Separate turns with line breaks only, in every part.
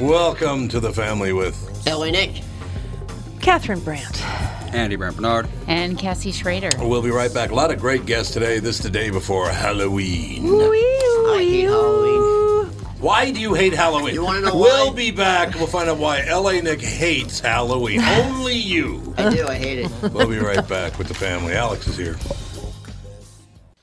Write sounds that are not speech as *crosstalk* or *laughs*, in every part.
Welcome to the family with
Ellen H.
Catherine Brandt.
Andy Brandt Bernard.
And Cassie Schrader.
We'll be right back. A lot of great guests today. This is the day before Halloween.
I hate Halloween.
Why do you hate Halloween?
You wanna know
We'll
why?
be back. We'll find out why LA Nick hates
*laughs*
Halloween. Only you.
I do. I hate
*laughs*
it.
We'll be right back with the family. Alex is here.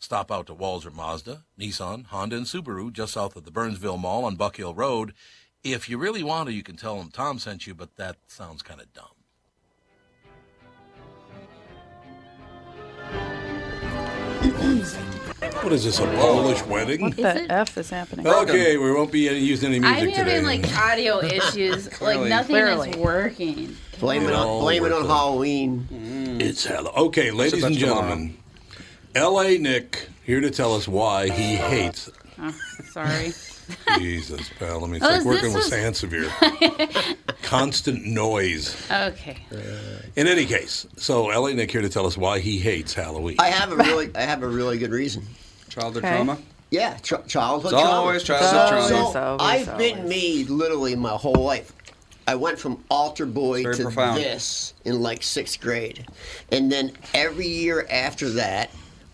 Stop out to Walzer Mazda, Nissan, Honda, and Subaru just south of the Burnsville Mall on Buck Hill Road. If you really want to, you can tell them Tom sent you, but that sounds kind of dumb. What is this, a Polish wedding?
Is it?
F is happening?
Okay, we won't be using any
I'm having like
*laughs*
audio issues. like
Clearly.
nothing
Clearly.
is working.
Blame it
It all
on blame it
works
on
out.
Halloween.
It's hello. Okay, ladies and
that's
gentlemen, L.A. Nick here to tell us why he
*laughs*
hates.
Oh, sorry.
Jesus, pal, I mean, it's
Oh,
like
is
working with
*laughs*
this
Sansevier. Constant noise.
okay.
In any case, so L.A. Nick here to tell us why he hates Halloween.
I *laughs* have a really I have a really good reason.
Childhood
Okay.
trauma.
Yeah, tr- childhood.
It's always
trauma.
childhood
So,
trauma.
It's always,
I've been
always.
me literally my whole life. I went from altar boy
Very
to
profound.
this in like sixth grade, and then every year after that,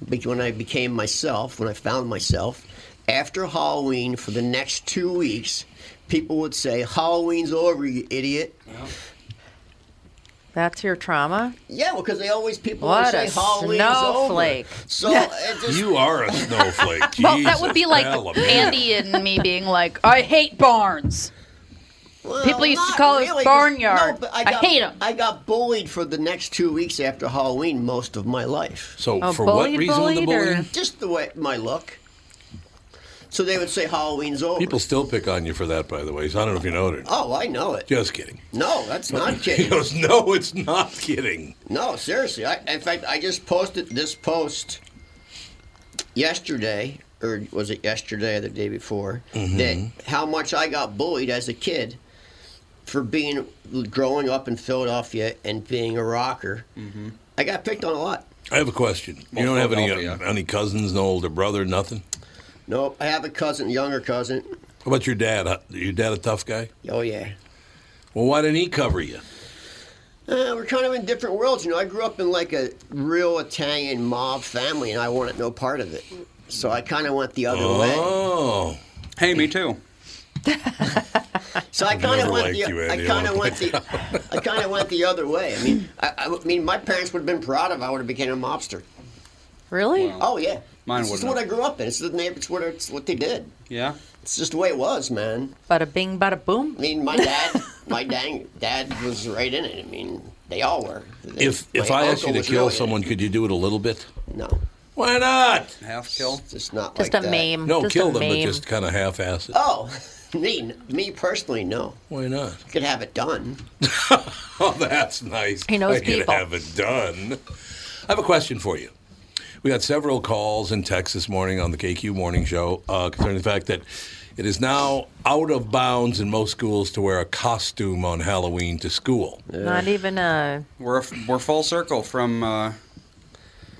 be- when I became myself, when I found myself, after Halloween for the next two weeks, people would say, "Halloween's over, you idiot."
That's your trauma?
Yeah, well, because they always people
What
always say
a
Halloween's
snowflake.
over.
*laughs*
So it just,
you are a
*laughs*
snowflake.
Well, that would be
Jesus,
like
pal, I mean,
Andy and me being like, I hate barns. People used to call us
it
barnyard. I
got,
hate 'em.
I got bullied for the next two weeks after Halloween most of my life.
So
Oh,
for what
bullied,
reason the
bullied, or-
bullying?
Just the way my look. So they would say Halloween's over.
People still pick on you for that, by the way. So I don't know if you know it or not.
oh, I know it.
Just kidding.
No, that's not
He
kidding.
goes, no, it's not kidding.
No, seriously. I, in fact, I just posted this post yesterday, or was it yesterday or the day before?
Mm-hmm.
That how much I got bullied as a kid for being growing up in Philadelphia and being a rocker. Mm-hmm. I got picked on a lot.
I have a question. You don't have any uh,
Philadelphia.
any cousins, no older brother, nothing.
Nope, I have a cousin, younger cousin.
How about your dad? Huh? Your dad a tough guy?
Oh yeah.
Well, why didn't he cover you?
Uh, we're kind of in different worlds, you know. I grew up in like a real Italian mob family, and I wanted no part of it. So I kind of went the other way.
Oh,
Hey, me too.
So I kind of
never
went
liked
the
you,
I
Andy. I
kind of
wanna
went the *laughs* I kind of went the other way. I
*laughs*
mean, I, I mean, my parents would have been proud if I would have became a mobster.
Really?
Oh yeah,
Mine
It's just
wouldn't
what I
have.
grew up in. It's the neighbor. It's what it's what they did.
Yeah.
It's just the way it was, man.
Bada bing, bada boom.
I mean, my
*laughs*
dad, my dang dad was right in it. I mean, they all were. They-
if if
my
I asked you
uncle
to
was
kill
really in it.
someone, could you do it a little bit?
no,
Why not?
Half kill.
it's just not
Just
like
a
that.
meme.
No,
just
kill
a
them,
meme.
but just kind of half-ass it.
Oh, *laughs* me, me personally, no.
Why not?
could have it done.
*laughs* Oh, that's nice.
He knows
I could
people.
have it done. I have a question for you. We got several calls and texts this morning on the KQ Morning Show uh, concerning the fact that it is now out of bounds in most schools to wear a costume on Halloween to school.
Not even uh, a.
We're we're full circle from. Uh,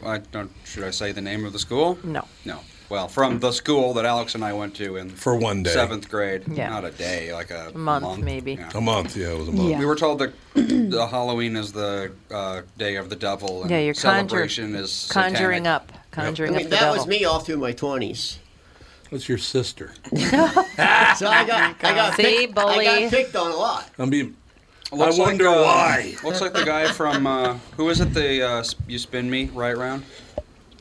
I don't. Should I say the name of the school?
No.
No. Well, from the school that Alex and I went to in
For one day.
seventh grade.
Yeah.
Not a day, like a
month, maybe.
Yeah.
A month, yeah, it was a month.
Yeah.
We were told that *clears throat* the Halloween is the uh, day of the devil, and
Yeah, you're conjur-
celebration is
conjuring
satanic.
up.
I
Conjuring
mean,
up the
that
devil.
was me all through my twenties.
That's your sister.
*laughs*
*laughs*
So I got, I got,
See,
picked,
bully.
I got picked on a lot.
I mean,
Looks
I wonder
like, uh,
why.
Looks like the guy from uh, who is it? The uh, you spin me right round.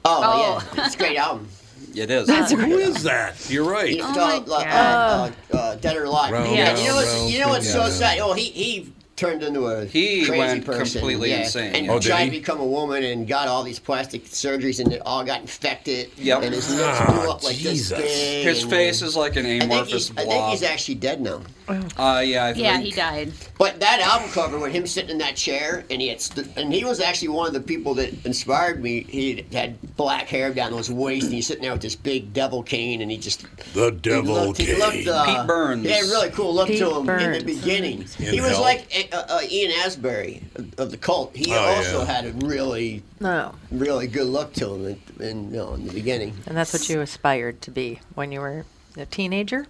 Oh, yeah, it's a great
*laughs*
album.
It is.
Who is that? You're right.
Oh
It's called, uh, uh, uh, uh, Dead or Alive.
Round,
yeah,
round,
you know what's,
round,
you know what's so
round.
sad? Oh, he he turned into a
He
crazy
went
person.
completely
yeah.
insane,
and
yeah. Oh,
did
tried
he?
to become a woman and got all these plastic surgeries and it all got infected.
Yep.
and his lips
Ah,
blew up like
Jesus.
this big.
His
and-
face is like an
I think,
amorphous
he's, I think
blob.
he's actually dead now.
uh, yeah, I
Yeah,
think-
he died.
Oh. But that album cover with him sitting in that chair, and he had st- and he was actually one of the people that inspired me. He had black hair down to his waist, and he's sitting there with this big devil cane, and he just
The
he
devil
looked, he
came.
looked, uh,
Pete Burns.
He had a really cool look
Pete
to him
Burns.
in the beginning. he
In
was
Hell.
like uh, uh, Ian Asbury of the Cult. He
Oh,
also
yeah.
had a really,
No.
really good look to him in, in, you know, in the beginning.
And that's what you aspired to be when you were a teenager?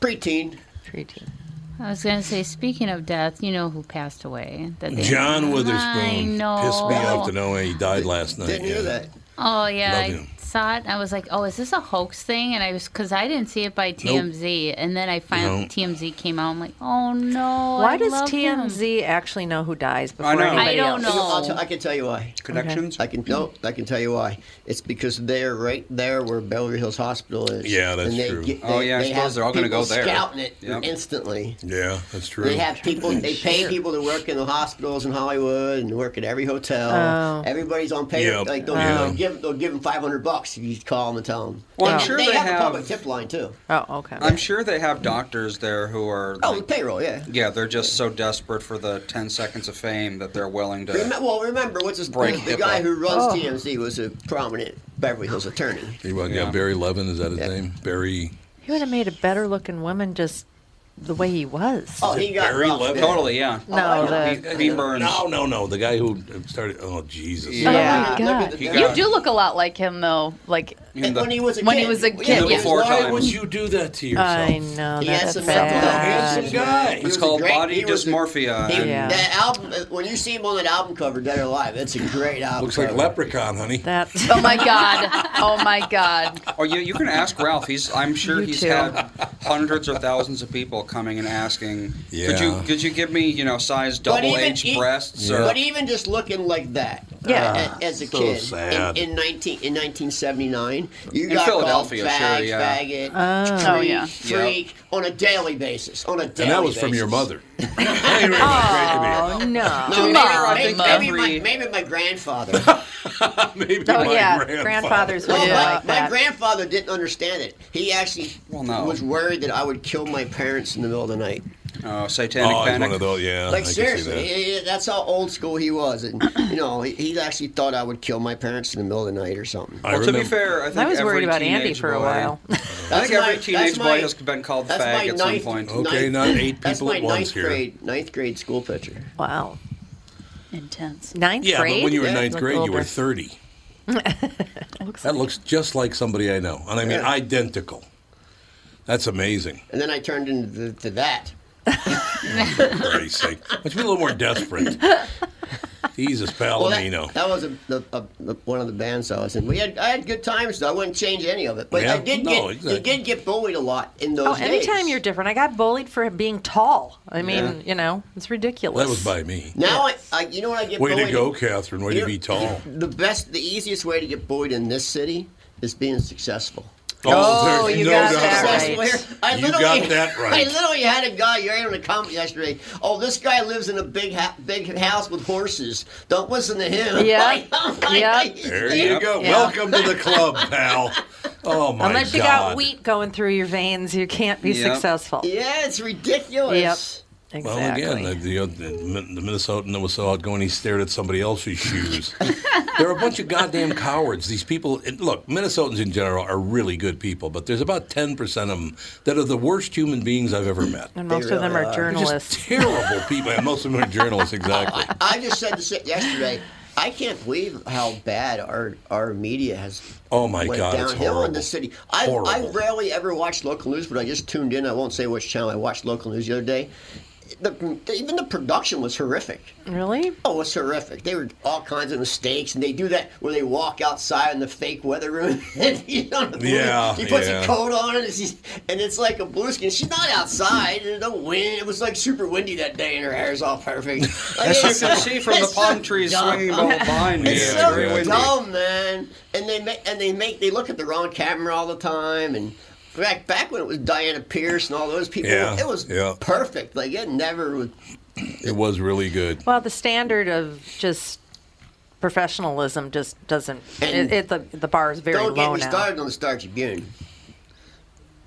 Preteen.
Preteen.
I was going to say, speaking of death, you know who passed away? That they-
John
I
Witherspoon
know.
pissed me off to know he died last night.
Didn't
yeah.
hear that.
Oh yeah,
Love
I
him.
saw it. And I was like, oh, is this a hoax thing? And I was because I didn't see it by TMZ, and then I finally
No.
TMZ came out. I'm like, oh no.
Why
I
does
love him.
TMZ actually know who dies before
know.
anybody
I don't
else?
know.
I'll t- I can tell you why.
connections.
I can no, I can tell you why. It's because they're right there where Beverly Hills Hospital is.
Yeah, that's
and they
true.
Get, they,
Oh, yeah, I
they
suppose
have
they're all gonna
people
go there.
Scouting it
Yep.
instantly.
Yeah, that's true.
They have people.
*laughs*
They pay people to work in the hospitals in Hollywood and work at every hotel.
Oh.
Everybody's on pay.
Yep.
Like they'll,
Yeah.
they'll give they'll give them five hundred bucks if you call them and tell them.
Well, I'm
they,
sure
they,
they
have,
have-
a public tip line too.
Oh, okay.
I'm sure they have doctors there who are.
Oh, the
like-
payroll, yeah.
yeah, they're just so desperate for the 10 seconds of fame that they're willing to.
Remem- well, remember what's his
Break
the
HIPAA.
guy who runs
Oh.
TMZ was a prominent Beverly Hills attorney.
He was, yeah.
Yeah.
Barry Levin, is that his
Yeah.
name? Barry.
He would have made a better looking woman just the way he was.
Oh, he got
Barry
roughed,
Levin?
yeah. Oh,
Totally, yeah.
no,
Pete,
the,
Pete Burns.
No, no, no. The guy who started. Oh, Jesus.
Yeah.
Yeah.
Look at
God.
the-
He
You
got-
do look a lot like him, though. Like,
In the-
when he was a
When
kid.
he was a
Yeah,
kid,
when he
yeah.
was
Before
little.
time.
would you do that to yourself?
I know.
He had
Oh, That's
some mental
bad.
health
Handsome guy.
It's
was
called
a great-
body
he was a-
dysmorphia.
He,
and-
Yeah.
Uh, That album, uh, when you see him on that album cover, Dead or Alive, that's a great album.
Looks like
cover.
Leprechaun, honey.
That,
oh my god, oh *laughs* my god.
Oh, you, you can ask Ralph. He's I'm sure
You
he's
too.
had hundreds or thousands of people coming and asking, "Could you
Yeah.
could you give me you know size
But
double
even
H
he-
breasts?" Or,
But e-, even just looking like that,
Yeah.
uh, a- as a
So
kid
sad.
In, in nineteen in nineteen seventy nine, you
In
got
Philadelphia,
called fag,
sure, yeah.
faggot,
Oh,
freak,
yeah.
freak on a daily basis, on a daily.
And that was from
basis.
your mother. Anyway, great to meet you.
oh, no.
No, maybe, maybe,
mom, mom.
maybe my, maybe my grandfather.
Maybe
Oh,
my
yeah,
grandfather.
grandfathers
No,
were
my,
like
my
that.
grandfather didn't understand it. He actually
Well, no.
was worried that I would kill my parents in the middle of the night.
Uh, satanic
Oh, he's
panic.
one of those. Yeah, I
Like
can see
seriously,
that.
he- he- that's how old school he was, and you know, he, he actually thought I would kill my parents in the middle of the night or something.
I
Well, to be
remember-
fair, I think
I was
every
worried about Andy
teenage
for a
boy-
while.
*laughs* I
That's
think every
my-
teenage
that's
boy
my-
has been called
that's
fag
my
at some
ninth-
point.
ninth-
Okay, not eight
That's
people
my
at once
ninth
here.
grade, ninth grade school picture.
wow.
Intense.
Ninth
Yeah,
grade?
but when you were in
Yeah,
ninth
look
grade, you
older.
were 30. that looks just like somebody I know. And I mean,
Yeah.
identical. That's amazing.
And then I turned into to that.
*laughs*
For Christ's sake. Let's be a little more desperate. Jesus Palomino.
that, that was a, the a, the- one of the bands I was in. We had I had good times though. I wouldn't change any of it. But
Yeah?
I did
No,
get
exactly.
you did get bullied a lot in those
Oh,
days.
anytime you're different. I got bullied for being tall. I mean,
Yeah.
you know, it's ridiculous.
That was by me.
now I, I you know what I get
Way
bullied.
to go, Catherine. Way to be tall.
The best, the easiest way to get bullied in this city is being successful.
Oh, you got that
about it.
right.
Successful here. I
You
literally-
got
*laughs*
that right.
I literally had a guy. You're having a comment yesterday. Oh, this guy lives in a big, ha- big house with horses. Don't listen to him. *laughs*
Yeah.
Like, I'm like,
Yeah.
There you go. Welcome to the
*laughs*
club,
*laughs*
pal. Oh, my
Unless
God.
you got wheat going through your veins, you can't be
Yep.
successful.
Yeah, it's ridiculous.
Exactly.
Well, again, the, the, the Minnesotan that was so outgoing, he stared at somebody else's
*laughs*
shoes. there are a bunch of goddamn cowards. These people, and look, Minnesotans in general are really good people, but there's about 10% of them that are the worst human beings I've ever met.
and most of them
really
are
are.
They're just
journalists.
terrible people. And most of them are journalists,
*laughs*
exactly.
I just said this
*laughs*
yesterday. I can't believe how bad our our media has.
Oh, my
went
God, it's
downhill in
horrible.
the city. I, I
Horrible.
rarely ever watch local news, but I just tuned in. I won't say which channel I watched local news the other day. The, even the production was horrific.
really?
Oh, it's horrific. They were all kinds of mistakes, and they do that where they walk outside in the fake weather room. *laughs* and you know, the blue-
Yeah,
he puts
yeah.
a coat on, and it's, and it's like a blue skin. She's not outside, and the wind. It was like super windy that day, and her hair's all perfect. Like,
As
it's
you can
so-
see from the
it's so
palm trees
dumb.
swinging behind me,
*laughs* It's
Yeah,
so
exactly.
dumb, man. And they make and they make they look at the wrong camera all the time. And back back when it was Diana Pierce and all those people,
Yeah,
it was
yeah.
perfect. Like it never would.
It was really good.
Well, the standard of just professionalism just doesn't.
And
It, it, the the bar is very
Don't
low
get me
now.
started on the Star Tribune.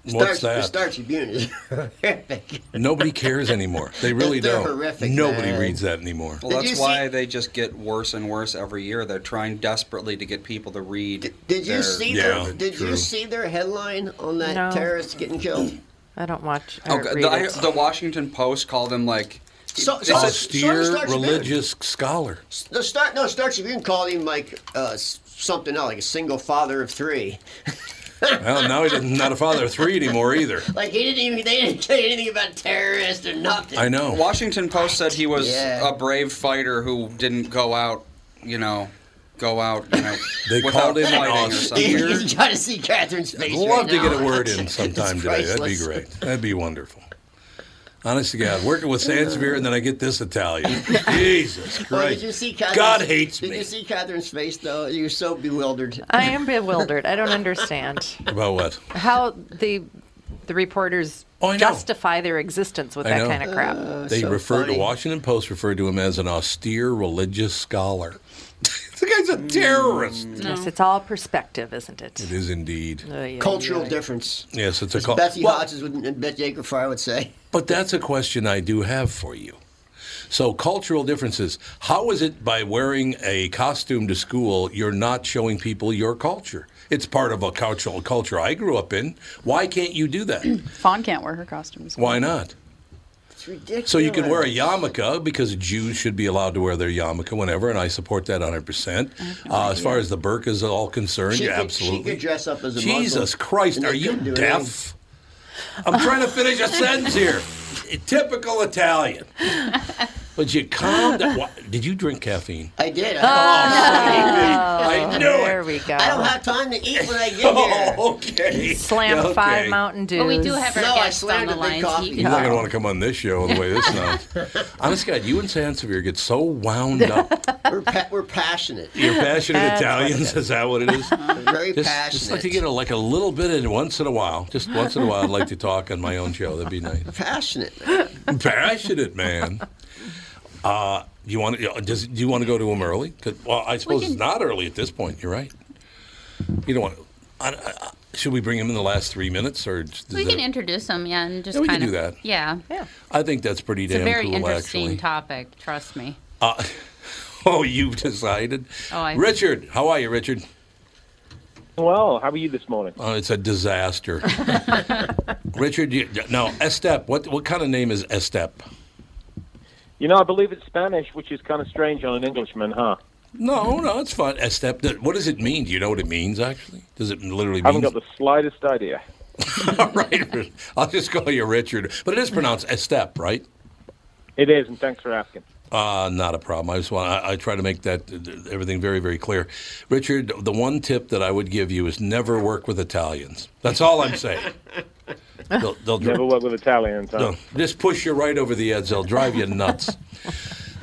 What's
Star, The
that?
Star Tribune is *laughs* horrific.
Nobody cares anymore. They really
They're
don't.
horrific,
Nobody
man.
reads that anymore.
Well,
Did
that's
you
why
see-
they just get worse and worse every year. They're trying desperately to get people to read.
Did you
their-
see
Yeah,
their, Did
true.
you see their headline on that
No.
terrorist getting killed?
I don't watch. I
Oh,
don't
God,
read
the, I-
it.
the Washington Post called them like.
So,
It's
so,
a
so the
Austere
Star Tribune-
religious scholar.
The Star no Star Tribune called him like uh, s- something else, like a single father of three.
Well, now he's not a
*laughs*
father of three anymore either.
Like he didn't even they didn't *laughs* say anything about terrorists or nothing.
I know.
Washington Post said he was
Yeah.
a brave fighter who didn't go out, you know, go out. You know,
*laughs* They
without
called him an
fighting or
austere-
something.
You got to see Catherine's face.
love
right
to get
now.
a word
*laughs*
in sometime
It's
today. That'd be
priceless.
great. That'd be wonderful. Honest to God, working with Sansevier and then I get this
*laughs*
Italian. Jesus Christ!
Oh, did you see Catherine's,
God hates
Did
me.
you see Catherine's face though? You were so bewildered.
I am bewildered. I don't understand
About what?
how the the reporters
Oh, I know.
justify their existence with
I
that
know.
kind of crap.
They
Oh, Uh, so
refer to
funny.
Washington Post referred to him as an austere religious scholar. the guy's a terrorist.
Mm.
Yes, it's all perspective, isn't it?
It is indeed.
Oy, oy,
Cultural
oy.
difference.
Yes, it's a
As
call.
Betsy
Well,
Hodges would, and Betsy Akerfry would say.
But that's a question I do have for you. So, cultural differences. How is it by wearing a costume to school, you're not showing people your culture? It's part of a cultural culture I grew up in. Why can't you do
*clears throat*
that?
Fawn can't wear her costumes.
Why not?
It's ridiculous.
So, you can wear a yarmulke because Jews should be allowed to wear their yarmulke whenever, and I support that 100%. Uh, as far as the burqa is all concerned,
She
you're
could- she
absolutely.
could dress up as a Muslim,
Jesus Christ,
and
are
they
you
couldn't do
deaf? I'm trying to finish a sentence here. Typical Italian. But you calm down. Wha- Did you drink caffeine?
I did. I,
I knew
Oh, There
it.
we go.
I don't have time to eat when I get
*laughs*
here.
Oh, *laughs* okay.
Slam
Okay.
five Mountain Dews.
But we do have our
No, I
guests on
slammed
the
a big
line.
coffee.
He-
He's not going to want to come on this show the way this sounds. Honest to God, you and Sansevier get so wound up.
*laughs* We're, pa- we're passionate.
You're passionate
That's what it
Italians, is that what it is?
We're very
Just,
passionate.
just like to get a, like a little bit in once in a while. Just once in a while, I'd like to talk on *laughs* my own show. That'd be nice.
passionate.
passionate man. Uh, You want? to Does do you want to go to them early? 'Cause- well, I suppose it's
can-
not early at this point. You're right. You don't want. I, I, I- should we bring him in the last three minutes, or does
we can
it-
introduce them, yeah, and just
Yeah, we can
kind of
do that.
Yeah,
I think that's pretty
it's
damn
a very
cool,
interesting
actually.
topic. Trust me.
Uh, *laughs* oh, you've decided.
Oh, I-
Richard, how are you, Richard?
Well, how are you this morning?
Oh, it's a disaster. Richard, you, now Estep. What what kind of name is Estep?
You know, I believe it's Spanish, which is kind of strange on an Englishman, huh?
No, no, it's fine. Estep. What does it mean? Do you know what it means? Actually, does it literally mean?
I haven't got the slightest idea.
Right. *laughs* I'll just call you Richard. But it is pronounced Estep, right?
It is, and thanks for asking.
Uh, not a problem. I just want I, I try to make that uh, everything very very clear. Richard, the one tip that I would give you is never work with Italians. That's all I'm
*laughs*
saying. They'll, they'll
Never worked with Italians, huh?
No, just push you right over the edge. They'll drive you nuts.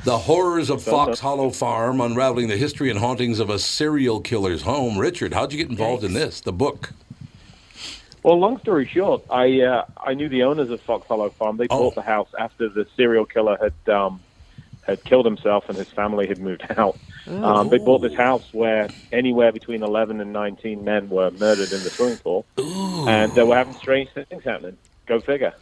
The horrors of Fox Hollow Farm, unraveling the history and hauntings of a serial killer's home. Richard, how'd you get involved in this? The book.
Well, long story short, I uh, I knew the owners of Fox Hollow Farm. They bought the house after the serial killer had um, had killed himself and his family had moved *laughs* out. Um, they bought this house where anywhere between eleven and nineteen men were murdered in the swimming pool, and they were having strange things happening. Go figure.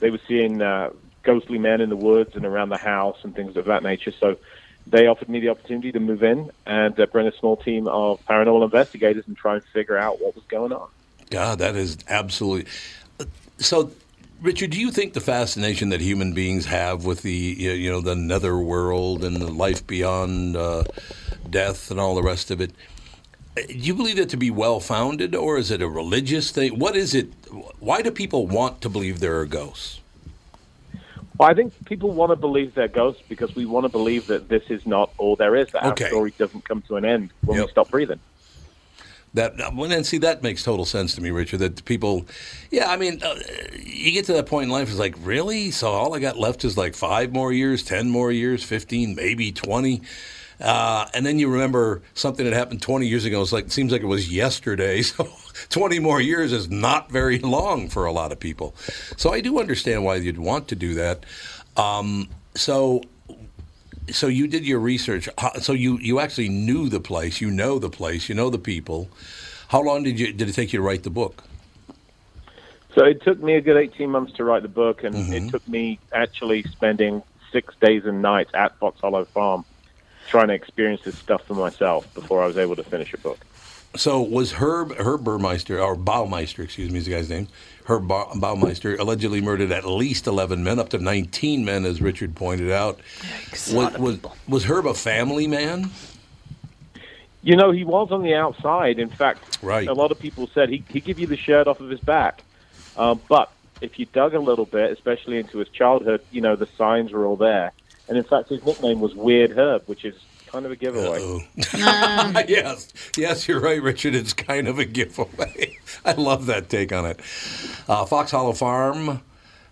They were seeing uh, ghostly men in the woods and around the house and things of that nature. So. They offered me the opportunity to move in and uh, bring a small team of paranormal investigators and try and figure out what was going on.
God, that is absolutely. uh, So, Richard, do you think the fascination that human beings have with the you you know the netherworld and the life beyond uh, death and all the rest of it, uh, do you believe it to be well founded, or is it a religious thing? What is it? Why do people want to believe there are ghosts?
Well, I think people want to believe they're ghosts because we want to believe that this is not all there is. That
Okay.
our story doesn't come to an end when
Yep.
we stop breathing.
That well, and see that makes total sense to me, Richard. That people, yeah, I mean, uh, you get to that point in life, it's like really. So all I got left is like five more years, ten more years, fifteen, maybe twenty, uh, and then you remember something that happened twenty years ago. It's like it seems like it was yesterday. *laughs* So twenty more years is not very long for a lot of people. So I do understand why you'd want to do that. Um, so so you did your research. How- So you you actually knew the place. You know the place. You know the people. How long did you did it take you to write the book?
So it took me a good 18 months to write the book, and
Mm-hmm.
it took me actually spending six days and nights at Fox Hollow Farm trying to experience this stuff for myself before I was able to finish a book.
So was Herb Herb Burmeister or Baumeister, excuse me, is the guy's name. Herb ba- Baumeister allegedly murdered at least eleven men, up to nineteen men, as Richard pointed out. Was, was, was Herb a family man?
You know, he was on the outside. In fact,
Right.
a lot of people said he, he'd give you the shirt off of his back. Um, but if you dug a little bit, especially into his childhood, you know, the signs were all there. And in fact, his nickname was Weird Herb, which is kind of a giveaway.
*laughs* yes, yes, you're right, Richard. It's kind of a giveaway. *laughs* I love that take on it. Uh, Fox Hollow Farm,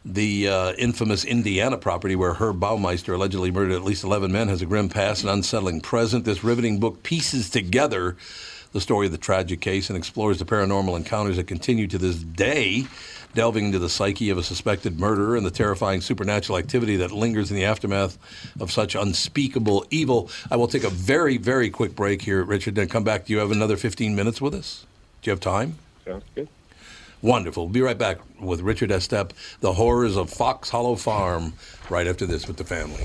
the uh, infamous Indiana property where Herb Baumeister allegedly murdered at least 11 men, has a grim past and unsettling present. This riveting book pieces together the story of the tragic case and explores the paranormal encounters that continue to this day, delving into the psyche of a suspected murderer and the terrifying supernatural activity that lingers in the aftermath of such unspeakable evil. I will take a very, very quick break here, Richard, then come back. Do you have another 15 minutes with us? Do you have time?
Sounds good.
Wonderful. We'll be right back with Richard Estep, The Horrors of Fox Hollow Farm, right after this with the family.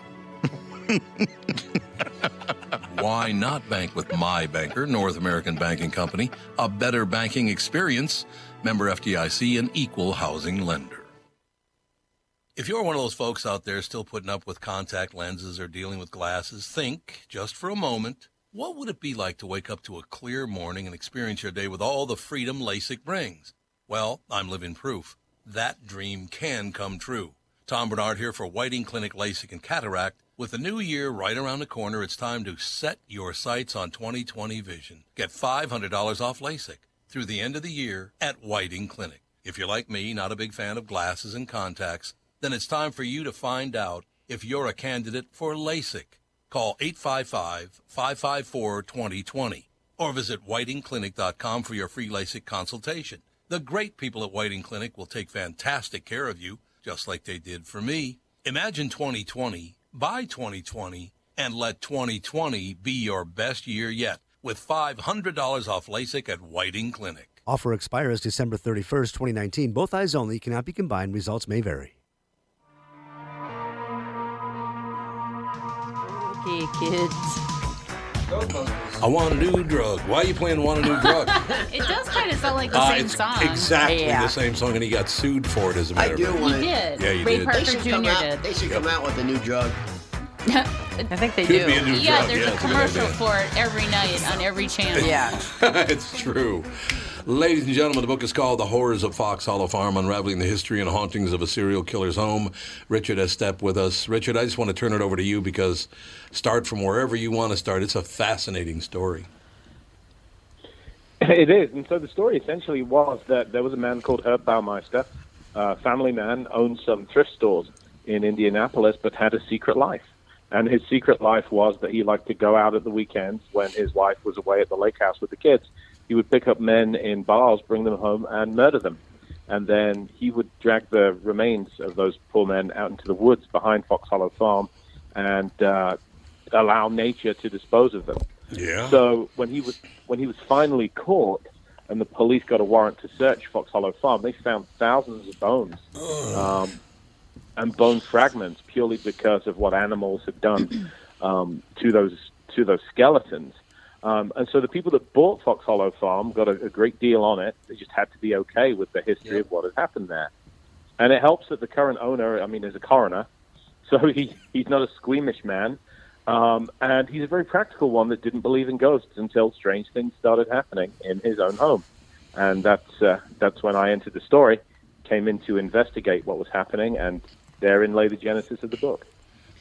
Why not bank with my banker, North American Banking Company, a better banking experience, member FDIC, and equal housing lender? If you're one of those folks out there still putting up with contact lenses or dealing with glasses, think just for a moment what would it be like to wake up to a clear morning and experience your day with all the freedom LASIK brings? Well, I'm living proof. That dream can come true. Tom Bernard here for Whiting Clinic LASIK and Cataract. With the new year right around the corner, it's time to set your sights on 2020 vision. Get $500 off LASIK through the end of the year at Whiting Clinic. If you're like me, not a big fan of glasses and contacts, then it's time for you to find out if you're a candidate for LASIK. Call 855-554-2020 or visit whitingclinic.com for your free LASIK consultation. The great people at Whiting Clinic will take fantastic care of you, just like they did for me. Imagine 2020, buy 2020, and let 2020 be your best year yet with $500 off LASIK at Whiting Clinic.
Offer expires December 31st, 2019. Both eyes only cannot be combined. Results may vary.
Okay, kids.
I want a new drug. Why are you playing Want a New Drug?
*laughs* it does kind of sound like the
Ah,
same
it's
song.
exactly the same song, and he got sued for it, as a matter
do
of fact.
wanna- He did.
Yeah, you
Ray
did.
Parker
They should come
Jr.
out. They should come out with a new drug.
*laughs* I
think
they Could do. be a new
yeah,
drug.
there's
Yeah,
a
it's a good
commercial
idea.
for it every night on every channel.
*laughs* it's true. Ladies and gentlemen, the book is called The Horrors of Fox Hollow Farm Unraveling the History and Hauntings of a Serial Killer's Home. Richard has stepped with us. Richard, I just want to turn it over to you because start from wherever you want to start. It's a fascinating story.
*laughs* It is. And so the story essentially was that there was a man called Herb Baumeister, a family man, owned some thrift stores in Indianapolis, but had a secret life. And his secret life was that he liked to go out at the weekends when his wife was away at the lake house with the kids. He would pick up men in bars, bring them home, and murder them. And then he would drag the remains of those poor men out into the woods behind Fox Hollow Farm and uh, allow nature to dispose of them.
Yeah.
So when he was when he was finally caught, and the police got a warrant to search Fox Hollow Farm, they found thousands of bones, um, and bone fragments, purely because of what animals had done um, to those to those skeletons. Um, and so the people that bought Fox Hollow Farm got a, a great deal on it. They just had to be okay with the history of what had happened there. And it helps that the current owner, I mean, is a coroner, *laughs* so he, he's not a squeamish man. Um, and he's a very practical one that didn't believe in ghosts until strange things started happening in his own home. And that's, uh, that's when I entered the story, came in to investigate what was happening, and therein lay the genesis of the book.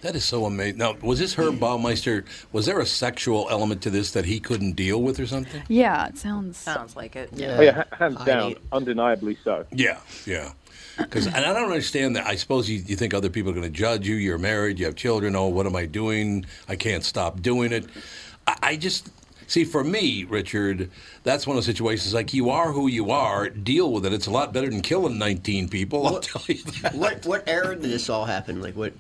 That is so amazing. Now, was this Herb Baumeister, was there a sexual element to this that he couldn't deal with or something?
Yeah, it sounds sounds
like it.
Oh, yeah, ha- hands down, undeniably so.
Yeah, yeah. Because and I don't understand that. I suppose you, you think other people are going to judge you. You're married. You have children. Oh, what am I doing? I can't stop doing it. I, I just see for me, Richard. That's one of the situations. Like you are who you are. Deal with it. It's a lot better than killing 19 people. I'll tell you that.
What what era did this all happen? Like what?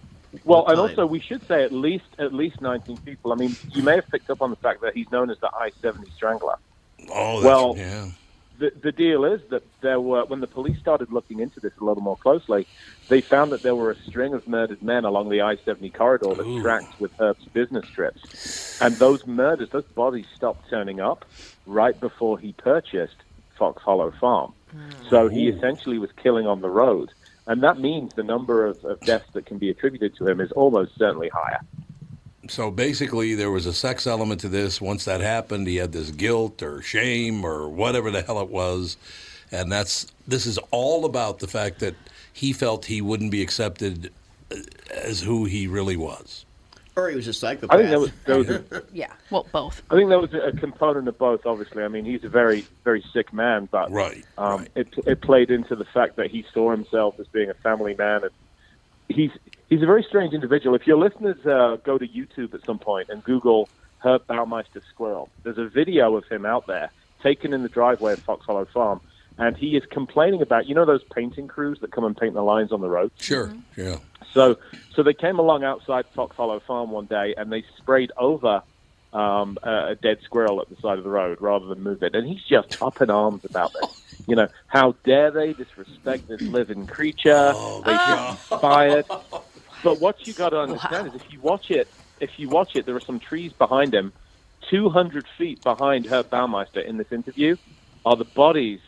Well,
what
and
time?
also we should say at least at least 19 people. I mean, you may have picked up on the fact that he's known as the I-70 Strangler.
Oh, that's,
well,
yeah.
the, the deal is that there were when the police started looking into this a little more closely, they found that there were a string of murdered men along the I-70 corridor that tracked with Herb's business trips, and those murders, those bodies stopped turning up right before he purchased Fox Hollow Farm. So he essentially was killing on the road, and that means the number of, of deaths that can be attributed to him is almost certainly higher.
So basically, there was a sex element to this. Once that happened, he had this guilt or shame or whatever the hell it was, and that's this is all about the fact that he felt he wouldn't be accepted uh, as who he really was.
Or he was a psychopath.
I think that was, that was
*laughs*
a,
Yeah. Well, both.
I think there was a component of both. Obviously, I mean, he's a very, very sick man, but
right,
um, It, it played into the fact that he saw himself as being a family man, and he's he's a very strange individual. If your listeners uh, go to YouTube at some point and Google Herb Baumeister Squirrel, there's a video of him out there taken in the driveway of Fox Hollow Farm, and he is complaining about you know those painting crews that come and paint the lines on the roads.
Sure, yeah.
So, so they came along outside Fox Hollow Farm one day, and they sprayed over um, a a dead squirrel at the side of the road rather than move it. And he's just up in arms about this. You know, how dare they disrespect this living creature? they should be fired. But what you got to understand is, if you watch it, if you watch it, there are some trees behind him. Two hundred feet behind Herb Baumeister in this interview are the bodies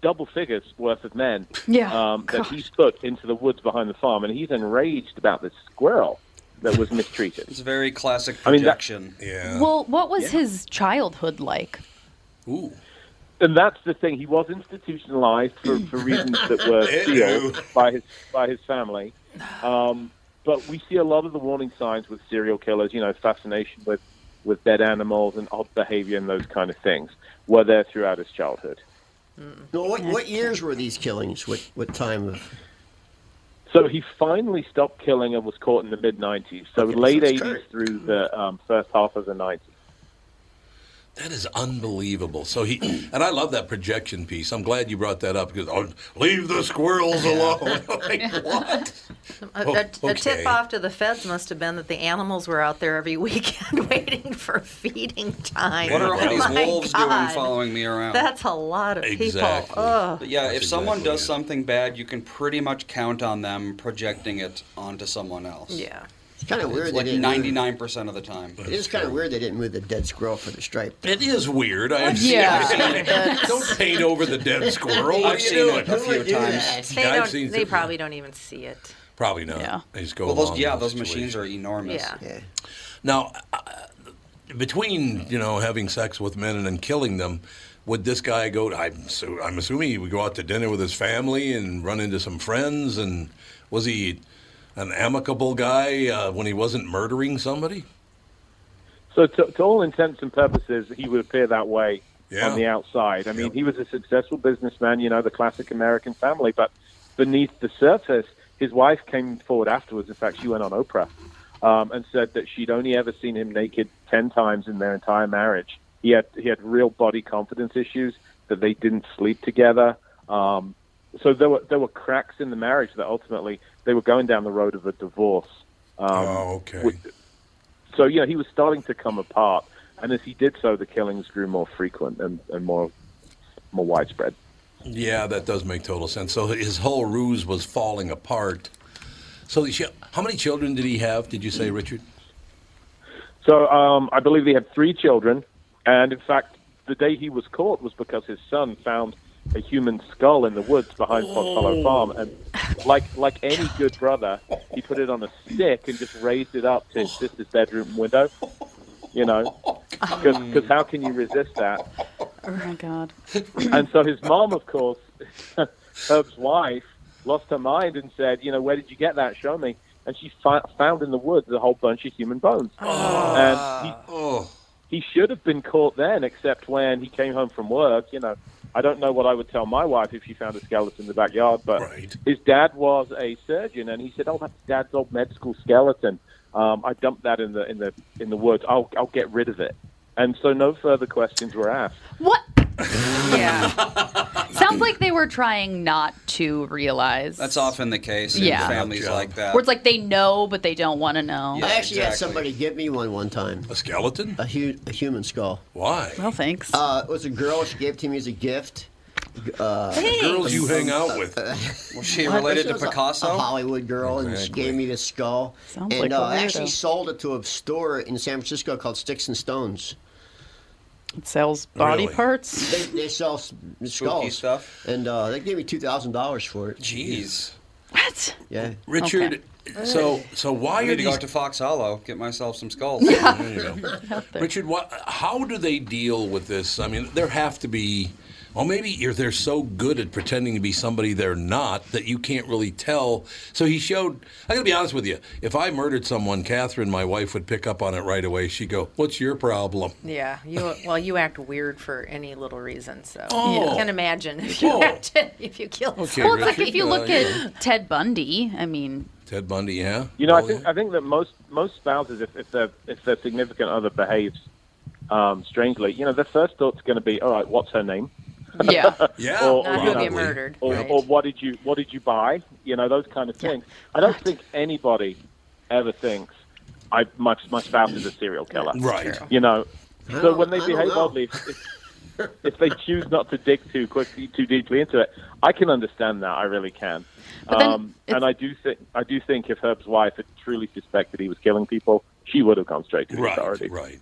double figures worth of men
Yeah.
um, that he's put into the woods behind the farm, and he's enraged about this squirrel that was mistreated.
It's very classic
I mean, that-
projection.
yeah.
Well, what was his childhood like?
Ooh. And that's the thing. He was institutionalized for, for reasons that were
Ew.
sealed by his by his family. Um, but we see a lot of the warning signs with serial killers. You know, fascination with with dead animals and odd behavior and those kind of things were there throughout his childhood.
So what, what years were these killings? What what time of?
So he finally stopped killing and was caught in the mid '90s. So
Okay,
late
so it's
'80s through the um, first half of the '90s.
That is unbelievable. So he *clears throat* and I love that projection piece. I'm glad you brought that up because oh, leave the squirrels alone. *laughs*
A,
Oh,
a- a
okay.
tip off to the feds must have been that the animals were out there every *laughs* weekend waiting for feeding time. Oh
What are all these
My
wolves doing
God.
following me around?
That's a lot of
Exactly.
people. Oh, Ugh.
But yeah, if someone does something bad, you can pretty much count on them projecting it onto someone else.
Yeah.
It's kind of weird.
Like
they didn't
ninety nine percent of the time.
Move, it is kind of weird they didn't move the dead squirrel for the stripe.
It is weird. I
I've seen
*laughs*
understand.
it. Yeah.
Don't paint over the dead squirrel.
I've
What are you
seen
doing?
it a few times.
They,
I've
don't,
seen
they
some-
probably don't even see it.
Probably not. They just go
Well, those-
along
yeah,
with the
those machines
situation.
are enormous.
Yeah.
Now, uh, between you know having sex with men and then killing them, would this guy go? I'm so, I'm assuming he would go out to dinner with his family and run into some friends. And was he an amicable guy uh, when he wasn't murdering somebody?
So, to, to all intents and purposes, he would appear that way
Yeah.
on the outside. I mean, he was a successful businessman, you know, the classic American family. But beneath the surface, his wife came forward afterwards. In fact, she went on Oprah um, and said that she'd only ever seen him naked ten times in their entire marriage. He had he had real body confidence issues. That they didn't sleep together. Um, so there were there were cracks in the marriage that ultimately they were going down the road of a divorce. Um,
oh, okay.
so you know he was starting to come apart, and as he did so, the killings grew more frequent and, and more more widespread.
Yeah, that does make total sense. So his whole ruse was falling apart. So he- how many children did he have? Did you say, Richard?
So um, I believe he had three children, and in fact, the day he was caught was because his son found a human skull in the woods behind Fox Hollow
Oh.
Farm, and like like any good brother, he put it on a stick and just raised it up to his sister's bedroom window. You know, because how can you resist that?
Oh my god.
and so his mom, of course, *laughs* Herb's wife, lost her mind and said, "You know, where did you get that? Show me." And she fi- found in the woods a whole bunch of human bones. And he, he should have been caught then, except when he came home from work. You know, I don't know what I would tell my wife if she found a skeleton in the backyard, but his dad was a surgeon, and he said, "Oh, that's dad's old med school skeleton. Um, I dumped that in the in the in the woods. I'll I'll get rid of it." And so no further questions were asked.
What? Yeah. Sounds like they were trying not to realize.
That's often the case in
Yeah.
families like that.
Where it's like they know, but they don't want to know.
I actually had somebody *laughs* give me one one time.
A skeleton?
A, hu- a human skull.
Why?
Well, thanks.
Uh, it was a girl. She gave it to me as a gift. Uh,
Thanks. Girls you hang out with. Was *laughs* she related to
was a-
Picasso?
A, Hollywood girl, and she
Exactly.
gave me this skull.
Sounds
and
like a
uh, actually
weirdo.
sold it to a store in San Francisco called Sticks and Stones.
It sells body
Really?
parts.
They, they sell s- skulls stuff, and uh, they gave me two thousand dollars for it.
Jeez.
What?
Yeah,
Richard, Okay. so- so
I
why
need
are
to go
these-
out to Fox Hollow, get myself some skulls.
There you go. Richard, what, how do they deal with this? I mean, there have to be, well, maybe you're, they're so good at pretending to be somebody they're not that you can't really tell. So he showed, I gotta be honest with you, if I murdered someone, Catherine, my wife, would pick up on it right away. She'd go, What's your problem?
Yeah, you well, you act weird for any little reason, so
Oh.
you can imagine if you
Oh.
Whoa.
act, if you kill.
Okay,
someone.
well, it's like
Richard,
if you
uh,
look
you know.
at Ted Bundy. I mean,
Ted Bundy, yeah?
You know, I think I think that most most spouses, if if their if their significant other behaves um, strangely, you know, their first thought's going to be, all right, what's her name?
Yeah.
*laughs*
Yeah,
or,
Not
or,
who
you
they
know,
murdered,
Or,
right.
or what did you what did you buy? You know, those kind of things. I don't think anybody ever thinks I my my spouse is a serial killer.
Right. true.
You know,
I
so
don't-
when
I
they
don't
behave
know.
oddly. if- if- if they choose not to dig too quickly, too deeply into it, I can understand that. I really can.
But then
Um, and I do think I do think if Herb's wife had truly suspected he was killing people, she would have gone straight to the
Right,
authorities.
Right.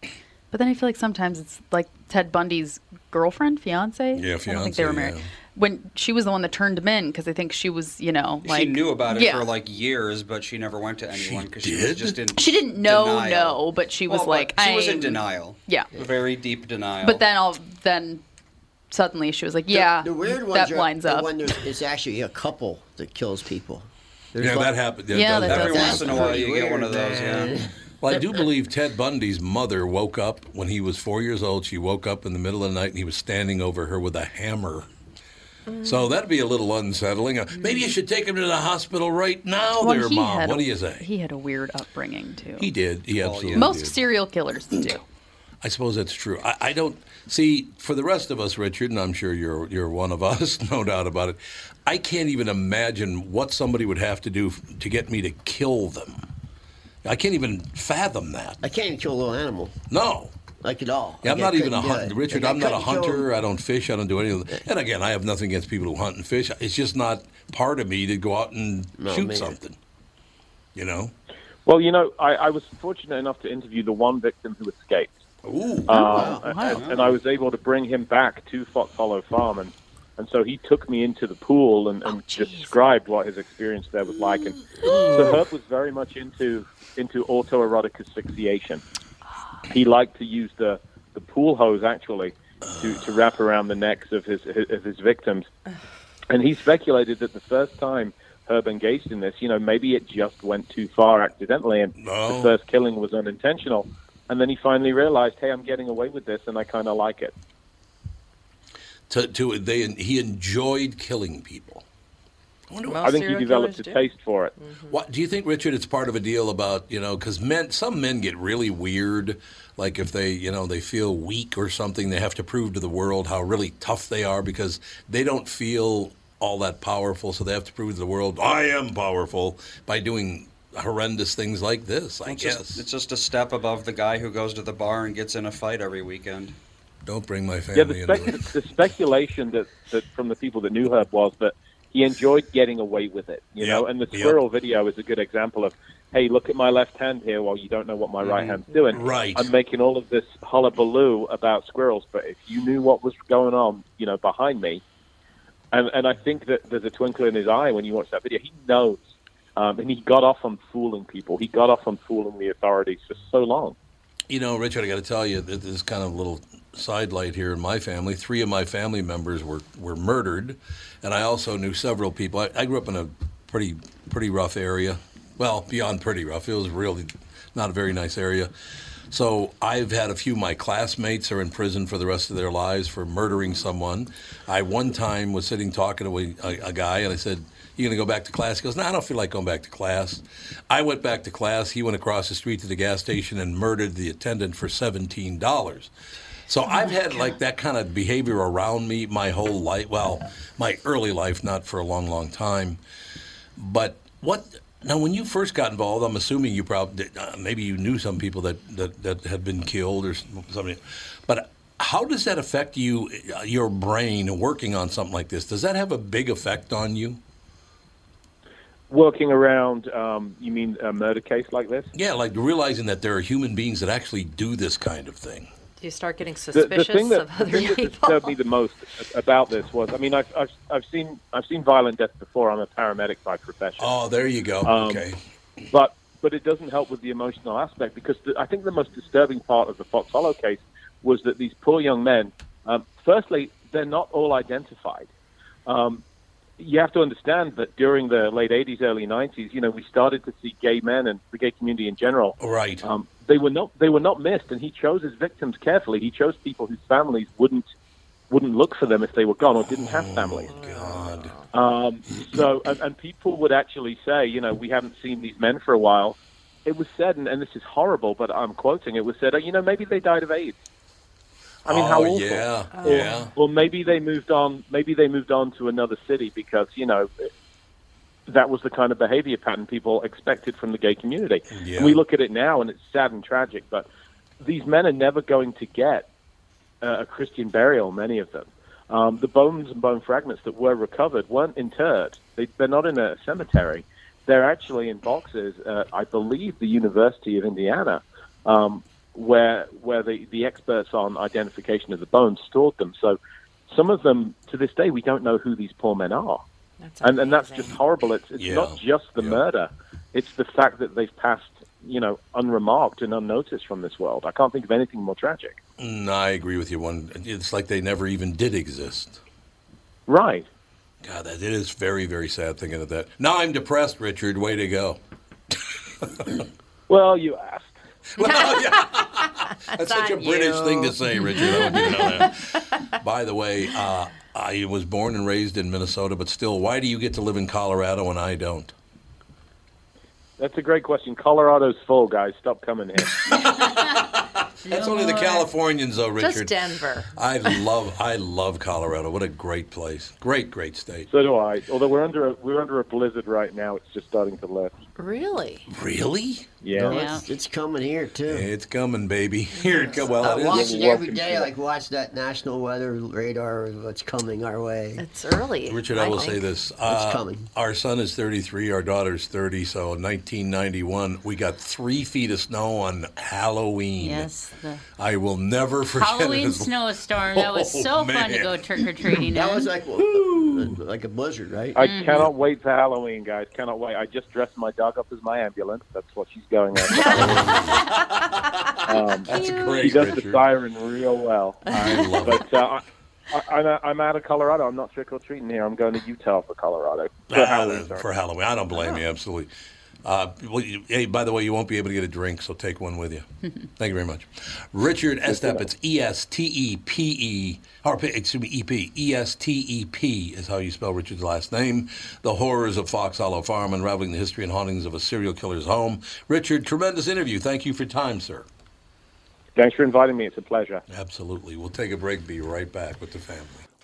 but But then I feel like sometimes it's like Ted Bundy's girlfriend, fiance.
Yeah,
I don't think they
fiance,
were married.
yeah.
When she was the one that turned him in because I think she was, you know, like
she knew about it
yeah.
for like years, but she never went to anyone because she, was just in.
She didn't know
denial.
no, but she was
Well, but
like
she was in
I'm-
denial.
Yeah.
very deep denial.
But then all then suddenly she was like, yeah,
the, the weird ones
that
are
lines
the
up.
one there's, it's actually a couple that kills people.
yeah,
like-
that happened.
Yeah,
does
that
happen.
does Every once in a while
you get one of those, yeah.
*laughs* Well, I do believe Ted Bundy's mother woke up when he was four years old. She woke up in the middle of the night and he was standing over her with a hammer.
Mm.
So that'd be a little unsettling. Uh, Maybe you should take him to the hospital right now,
Well,
there,
he
mom.
had
what
a-
do you say?
He had a weird upbringing too.
He did. He absolutely
Most
did.
serial killers do.
I suppose that's true. I, I don't see for the rest of us, Richard, and I'm sure you're you're one of *laughs* us, no doubt about it. I can't even imagine what somebody would have to do f- to get me to kill them. I can't even fathom that.
I can't even kill a little animal.
No.
Like at all.
Yeah, I'm
Like, I
not even a
couldn't do
hunter,
it.
Richard.
Like, I
I'm not a
couldn't kill-
hunter. I don't fish. I don't do anything. And again, I have nothing against people who hunt and fish. It's just not part of me to go out and
No,
shoot
man.
something. You know.
Well, you know, I, I was fortunate enough to interview the one victim who escaped.
Ooh.
Um,
Wow.
and, and I was able to bring him back to Fox Hollow Farm, and, and so he took me into the pool and,
Oh,
and described what his experience there was like. And
*gasps*
so Herb was very much into into autoerotic asphyxiation. He liked to use the, the pool hose actually to, to wrap around the necks of his of his victims, and he speculated that the first time Herb engaged in this, you know, maybe it just went too far accidentally, and the first killing was unintentional. And then he finally realized, hey, I'm getting away with this, and I kind of like it.
To, to they he enjoyed killing people.
I think he developed a taste for it.
What do you think, Richard? It's part of a deal about you know because men, some men get really weird. Like if they you know they feel weak or something, they have to prove to the world how really tough they are because they don't feel all that powerful. So they have to prove to the world I am powerful by doing horrendous things like this. I
it's
guess.
just, it's just a step above the guy who goes to the bar and gets in a fight every
*laughs*
weekend.
Don't bring my
yeah, the, spec- the speculation that, that from the people that knew Herb was that he enjoyed getting away with it, you know. And the squirrel video is a good example of, hey, look at my left hand here. Well, you don't know what my right hand's doing.
Right.
I'm making all of this hullabaloo about squirrels, but if you knew what was going on, you know, behind me, and and I think that there's a twinkle in his eye when you watch that video. He knows, um, and he got off on fooling people. He got off on fooling the authorities for so long.
You know, Richard, I got to tell you, that this is kind of a little sidelight here in my family. Three of my family members were, were murdered, and I also knew several people. I, I grew up in a pretty pretty rough area. Well, beyond pretty rough, it was really not a very nice area. So I've had a few of my classmates are in prison for the rest of their lives for murdering someone. I one time was sitting talking to a, a, a guy, and I said, "You gonna go back to class?" He goes, "No, I don't feel like going back to class." I went back to class. He went across the street to the gas station and murdered the attendant for seventeen dollars. So I've had like that kind of behavior around me my whole life. Well, my early life, not for a long, long time. But what now? When you first got involved, I'm assuming you probably uh, maybe you knew some people that, that that had been killed or something. But how does that affect you, uh, your brain, working on something like this? Does that have a big effect on you?
Working around, um, you mean a murder case like this?
Yeah, like realizing that there are human beings that actually do this kind of thing.
Do you start getting
The- the
suspicious
thing that,
of
the
other
thing *laughs* that
people?
disturbed me the most about this was, I mean, I've, I've, I've seen I've seen violent death before. I'm a paramedic by profession.
Oh, there you go.
Um,
okay.
but but it doesn't help with the emotional aspect because the, I think the most disturbing part of the Fox Hollow case was that these poor young men, um, firstly, they're not all identified. Um, you have to understand that during the late 80s, early 90s, you know, we started to see gay men and the gay community in general.
Right.
Um, they were not they were not missed, and he chose his victims carefully. He chose people whose families wouldn't wouldn't look for them if they were gone or didn't have
Oh.
families.
God.
Um, so, and, and people would actually say, you know, we haven't seen these men for a while. It was said, and, and this is horrible, but I'm quoting. It was said, oh, you know, maybe they died of AIDS. I mean, how
Oh,
awful.
yeah, Oh.
Or,
yeah.
Or maybe they moved on. Maybe they moved on to another city because you know that was the kind of behavior pattern people expected from the gay community.
Yeah.
And we look at it now, and it's sad and tragic. But these men are never going to get uh, a Christian burial. Many of them. Um, the bones and bone fragments that were recovered weren't interred. They, they're not in a cemetery. They're actually in boxes. Uh, I believe the University of Indiana um, where where the, the experts on identification of the bones stored them. So some of them to this day we don't know who these poor men are. and and that's just horrible. It's it's not just the murder. It's the fact that they've passed, you know, unremarked and unnoticed from this world. I can't think of anything more tragic.
Mm, I agree with you. One, it's like they never even did exist.
Right.
God, that it is very, very sad thinking of that. Now I'm depressed, Richard. Way to go.
well, you asked.
*laughs* That's such a British thing to say, Richard. I wouldn't even know
*laughs*
that. By the way, uh, I was born and raised in Minnesota, but still, why do you get to live in Colorado and I don't?
*laughs* That's a great question. Colorado's full, guys. Stop coming here.
That's only the Californians, though, Richard.
Just Denver.
I love, I love Colorado. What a great place. Great, great state.
So do I. Although we're under a, we're under a blizzard right now. It's just starting to lift.
Really?
Really?
Yeah.
No, it's, it's coming here too.
It's coming, baby. *laughs* Here it comes. Well,
I
it is.
watch it every day. Like watch that national weather radar. What's coming our way?
It's early.
Richard, I, will say this. Uh,
it's coming.
Our son is 33, our daughter's 30, so in 1991, we got three feet of snow on Halloween.
Yes, the
I will never forget it. *laughs*
Halloween
as-
snowstorm. That was
Oh,
so fun to
man.
go trick or treating.
That was like like a blizzard, right?
I
Mm.
Mhm.
cannot wait for Halloween, guys. Cannot wait. I just dressed my dog up as my ambulance. That's what she's
*laughs*
going after. um,
That's great,
She does the
Richard.
siren real well.
I love
but, Uh, I, I, I'm, I'm out of Colorado. I'm not trick or treating here. I'm going to Utah for Colorado. For
Ah,
Halloween, sorry.
for Halloween. I don't
Oh.
blame you, absolutely. Uh, well, you, hey, by the way, you won't be able to get a drink, so take one with you. Thank you very much. Richard Estep, it's E S T E P E, or P- excuse me, E P. E S T E P is how you spell Richard's last name. The horrors of Fox Hollow Farm, unraveling the history and hauntings of a serial killer's home. Richard, tremendous interview. Thank you for your time, sir.
Thanks for inviting me. It's a pleasure.
Absolutely. We'll take a break, be right back with the family.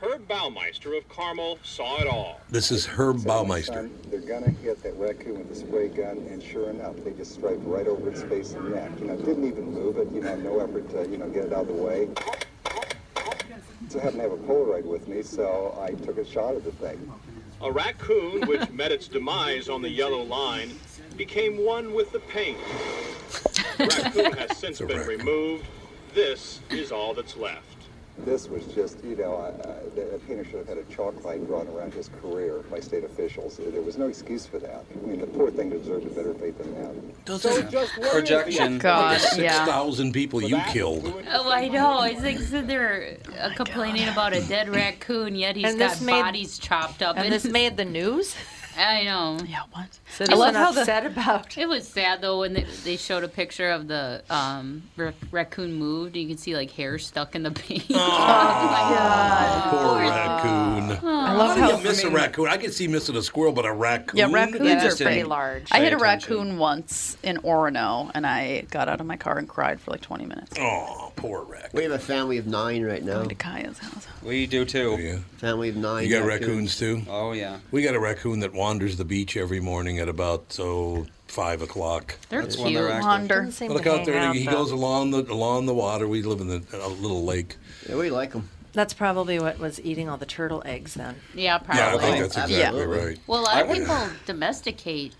Herb Baumeister of Carmel saw it all.
This is Herb Baumeister.
Son, they're gonna hit that raccoon with a spray gun, and sure enough, they just striped right over its face and neck. You know, didn't even move it. You know, no effort to you know get it out of the way. So I happened to have a Polaroid with me, so I took a shot at the thing.
A raccoon, which *laughs* met its demise on the yellow line, became one with the paint. Raccoon has since been removed. This is all that's left.
This was just, you know, I, I, the the painter should have had a chalk line drawn around his career by state officials. There was no excuse for that. I mean, the poor thing deserved a better fate than that.
so just
where is
Oh,
Projection.
the-
God,
Like
yeah.
6,000 people you killed.
Oh, I know. It's like so they're uh, complaining about a dead raccoon, yet he's
And
got
this made-
*laughs* bodies chopped up.
And this made the news?
I know. Yeah, what?
Citizen I love how the- upset about.
It was sad though when they, they showed a picture of the um, rac- raccoon moved. You can see like hair stuck in the paint. *laughs* Oh, my god!
Oh, Poor
Uh, Oh,
raccoon.
I
How
love
do
how-
you miss a raccoon. I can see missing a squirrel, but a raccoon.
Yeah, raccoons
That
are
just
pretty
didn't
large. I
pay
hit a
attention.
raccoon once in Orono, and I got out of my car and cried for like 20 minutes.
Oh, poor raccoon.
We have a family of nine right now.
To Kaya's house.
We do too. Yeah.
Family of nine.
You got
raccoons.
raccoons too?
Oh yeah.
We got a raccoon that wanders the beach every morning at about oh five o'clock.
They're That's when they're cute. active.
Wander.
Doesn't seem
Look
to
out
hang
there!
out,
he
though.
goes along the along the water. We live in the, a little lake.
Yeah, we like them.
That's probably what was eating all the turtle eggs then.
Yeah, probably.
Yeah, I think that's exactly right.
Well, a lot of
I would-
people domesticate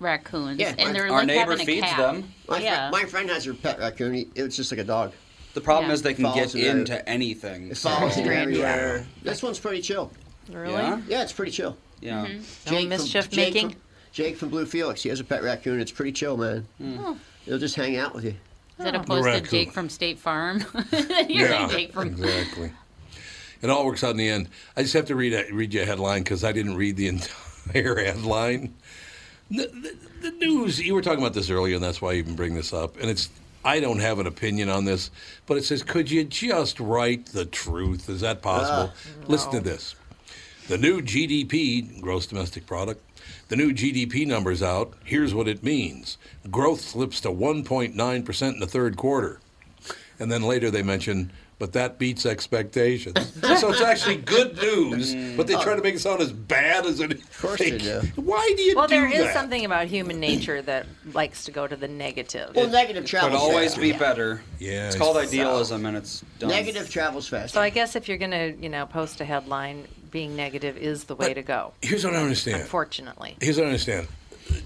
raccoons, and they're
my-
like having a cat.
My, fri-
yeah.
my friend has her pet raccoon. He- It's just like a dog.
The problem
Yeah.
is they can
Follows
get
it every-
into anything.
It
so-
follows it everywhere. This one's pretty chill.
Really?
Yeah?
Yeah, it's pretty chill.
Yeah.
Mhm. No
Jake from-
mischief
Jake
making?
From, Jake from Blue Felix. He has a pet raccoon. It's pretty chill, man.
Hmm.
Oh.
It'll just hang out with you.
Is that
Oh.
opposed
Raccoon.
to Jake from State Farm? *laughs* You're like Jake from.
exactly. It all works out in the end. I just have to read read you a headline because I didn't read the *laughs* entire headline. The, the, the news. You were talking about this earlier, and that's why I even bring this up. And it's I don't have an opinion on this, but it says, "Could you just write the truth? Is that possible?" Listen to this. The new GDP, gross domestic product, the new GDP numbers out. Here's what it means: growth slips to 1.9 percent in the third quarter. And then later they mention, but that beats expectations. *laughs* so it's actually good news, but they try to make it sound as bad as it is. Of course *laughs* they do. Why do you
well,
do
there is
that?
something about human nature that likes to go to the negative.
Well, negative
Could
travels
always
faster.
be better.
Yeah.
It's
it's-
called
So-
idealism, and it's dumb.
Negative travels faster.
So I guess if you're going to, you know, post a headline, being negative is the way to go.
Here's what I understand.
Unfortunately.
Here's what I understand.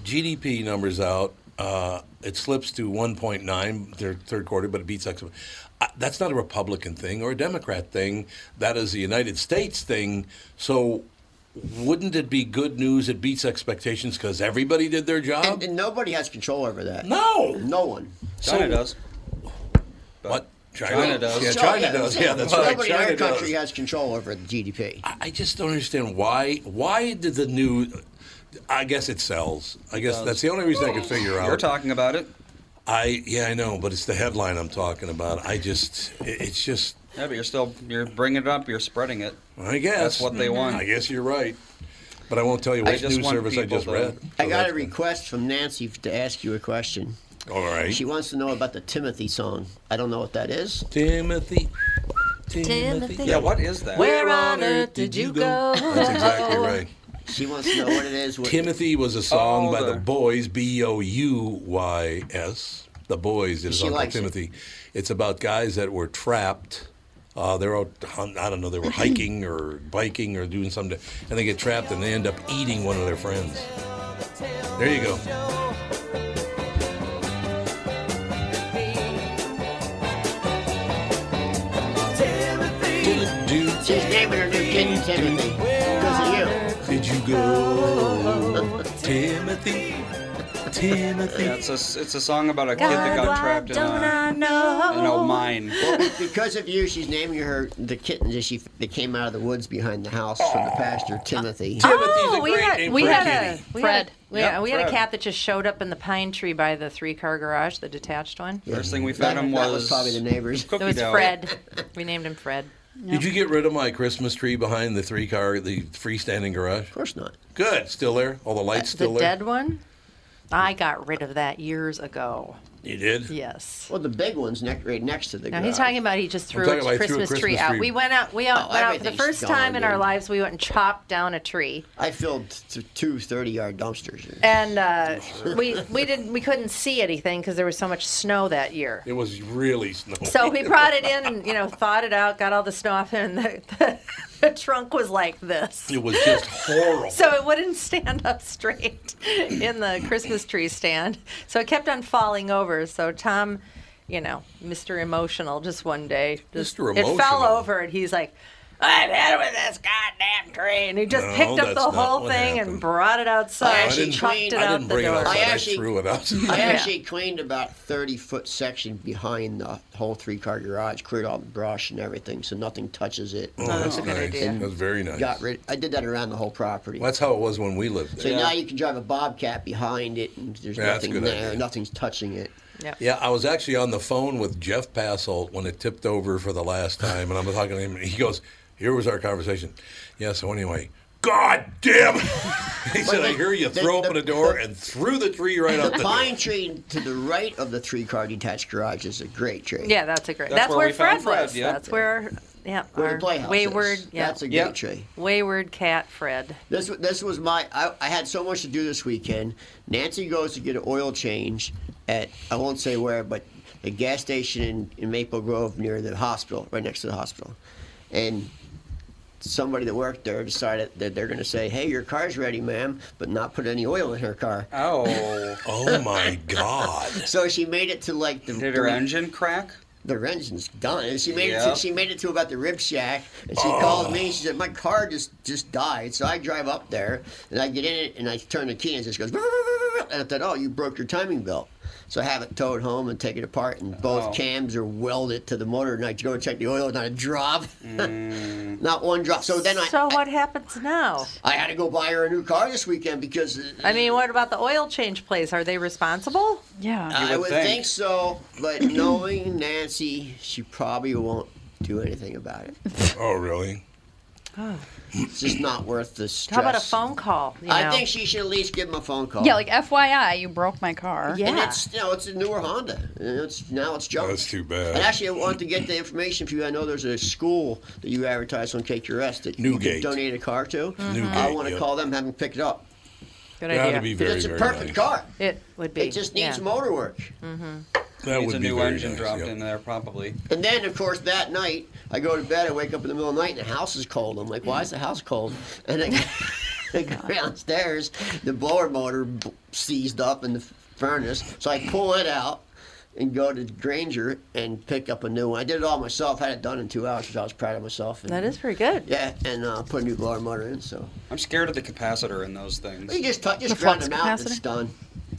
GDP numbers out. Uh, it slips to 1.9 their third quarter, but it beats expectations. Uh, that's not a Republican thing or a Democrat thing. That is a United States thing. So wouldn't it be good news? It beats expectations because everybody did their job.
And nobody has control over that.
No,
no one.
China does.
What? China,
China does.
Yeah,
So,
China
yeah,
does.
so
Yeah, that's right.
Nobody in
China
our country
does.
has control over the GDP.
I I just don't understand why. Why did the new? I guess it sells. I guess
does.
that's the only reason I could figure out.
You're talking about it.
I yeah, I know, but it's the headline I'm talking about. I just, it- it's just.
Yeah, but you're still you're bringing it up. You're spreading it.
I guess Mm-hmm.
that's what they want.
I guess you're right, but I won't tell you
I
which
just
news
want
service I
people
just
to-
read.
I got a request from Nancy to ask you a question.
All right.
She wants to know about the Timothy song. I don't know what that is.
Timothy.
Timothy.
Yeah, what is that?
Where on earth did you go?
That's exactly right.
She wants to know what it is. What,
Timothy was a song
Oh,
by the,
the-
Boys, B O U Y S. The Boys is
She
Uncle
likes it.
Timothy. It's about guys that were trapped. Uh, they're out, hun- I don't know, they were hiking or biking or doing something, and they get trapped and they end up eating one of their friends. There you go.
She's naming her new kid Timothy because of you.
Did you go, *laughs* Timothy? Timothy.
Yeah, it's a s- it's a song about a kid that got trapped in a,
know?
in a mine.
Well, be- because of you, she's naming her the kitten that she that came out of the woods behind the house from the pasture, Timothy.
oh, we had we had a we
Fred.
Had, we
Yep,
had, we had a
Fred.
cat that just showed up in the pine tree by the three car garage, the detached one.
First thing we
That-
found him
that
was,
was probably the neighbors.
It was
*laughs*
Fred. we named him Fred.
Did you get rid of my Christmas tree behind the three car, the freestanding garage? Of
course not.
Good. Still there? All the lights
Uh, the
still there?
dead one? I got rid of that years ago.
You did?
Yes.
Well, the big one's ne- right next to the.
Now he's
garage.
talking about he just
I'm
threw a
talking
Christmas,
about he threw a
tree
Christmas
out.
tree.
We went out. We out,
Oh,
went out for the
everything's
first time
gone,
in our
dude.
lives. We went and chopped down a tree,
I filled t- two 30 yard dumpsters. *laughs*
and uh, we we didn't we couldn't see anything because there was so much snow that year.
It was really snowy.
So we brought it in and you know thawed it out, got all the snow off, and the, the, *laughs* the trunk was like this.
It was just horrible.
So it wouldn't stand up straight *laughs* in the Christmas tree stand. So it kept on falling over. So Tom, you know, Mr. Emotional, just one day, just
Mr.
it fell
Emotional.
over, and he's like, I'm in with this goddamn tree. And he just
No,
picked up
that's
the
not
whole
what
thing and
happened.
brought it outside.
I
and
didn't-
chucked it
I
out
didn't
the
bring it
door.
outside. I threw it out.
I
Yeah.
actually cleaned about thirty foot section behind the whole three car garage, cleared all the brush and everything, so nothing touches it.
Oh, that's nice. That's very nice.
Got rid. I did that around the whole property.
Well, that's how it was when we lived
so
there.
now you can drive a bobcat behind it, and there's
Yeah, that's a
nothing
good
there,
idea.
nothing's touching it.
Yeah, I was actually on the phone with Jeff Passolt when it tipped over for the last time, and I'm talking to him, and he goes, "Here was our conversation." Yeah. So anyway, God damn. it." *laughs* he said, "I hear you
the-
throw open a door and threw the tree right out
the
the
pine
door."
tree to the right of the three car detached garage is a great tree.
Yeah, that's a great. That's, where, Fred, was. That's where. Yeah,
Where the
our
playhouse
wayward.
is.
Yeah,
That's a great tree.
Wayward cat Fred.
This wa- this was my I, I had so much to do this weekend. Nancy goes to get an oil change at I won't say where, but the gas station in, in Maple Grove near the hospital, right next to the hospital, and somebody that worked there decided that they're going to say, "Hey, your car's ready, ma'am," but not put any oil in her car.
Oh.
oh my
*laughs*
God.
So she made it to like the.
Did her engine crack?
The engine's done. She made it.
Yeah.
To, she made it to about the rib shack, and she called me. She said, "My car just just died." So I drive up there, and I get in it, and I turn the key, and it just goes. "Brr, brr, brr, brr," And I thought, "Oh, you broke your timing belt." So I have it towed home and take it apart, and both
Oh.
cams are welded to the motor. And I go check the oil, not a drop,
Mm.
*laughs* not one drop. So then I,
So what happens now?
I had to go buy her a new car this weekend because
I mean, what about the oil change place? Are they responsible?
Yeah,
uh, I would think. so, but knowing Nancy, she probably won't do anything about it.
Oh, really?
It's just not worth the stress.
How about a phone call? you
I
know?
think she should at least give him a phone call.
Yeah, like FYI, you broke my car.
And it's you know it's a newer Honda. And It's now it's junk.
That's too bad.
And actually, I want to get the information for you. I know there's a school that you advertise on KQRS that
Newgate.
you can donate a car to.
Mhm. Newgate,
I want to
yeah.
call them, have them pick it up.
Good
That'd idea. be very,
it's a
very
perfect
nice.
car.
It would be.
It just needs
yeah. Mm-hmm.
motor work.
That
Needs
would
a
be
new
very
engine
nice,
dropped
yeah.
in there, probably.
And then, of course, that night I go to bed. I wake up in the middle of the night and the house is cold. I'm like, why is the house cold? And
*laughs*
I, *laughs* I go downstairs. The blower motor b- seized up in the furnace, so I pull it out and go to Granger and pick up a new one. I did it all myself. Had it done in two hours because I was proud of myself. And,
That is pretty good.
Yeah, and uh, put a new blower motor in. So
I'm scared of the capacitor in those things.
you just tou-
The
just ground
flux
them out. It's
capacitor?
done.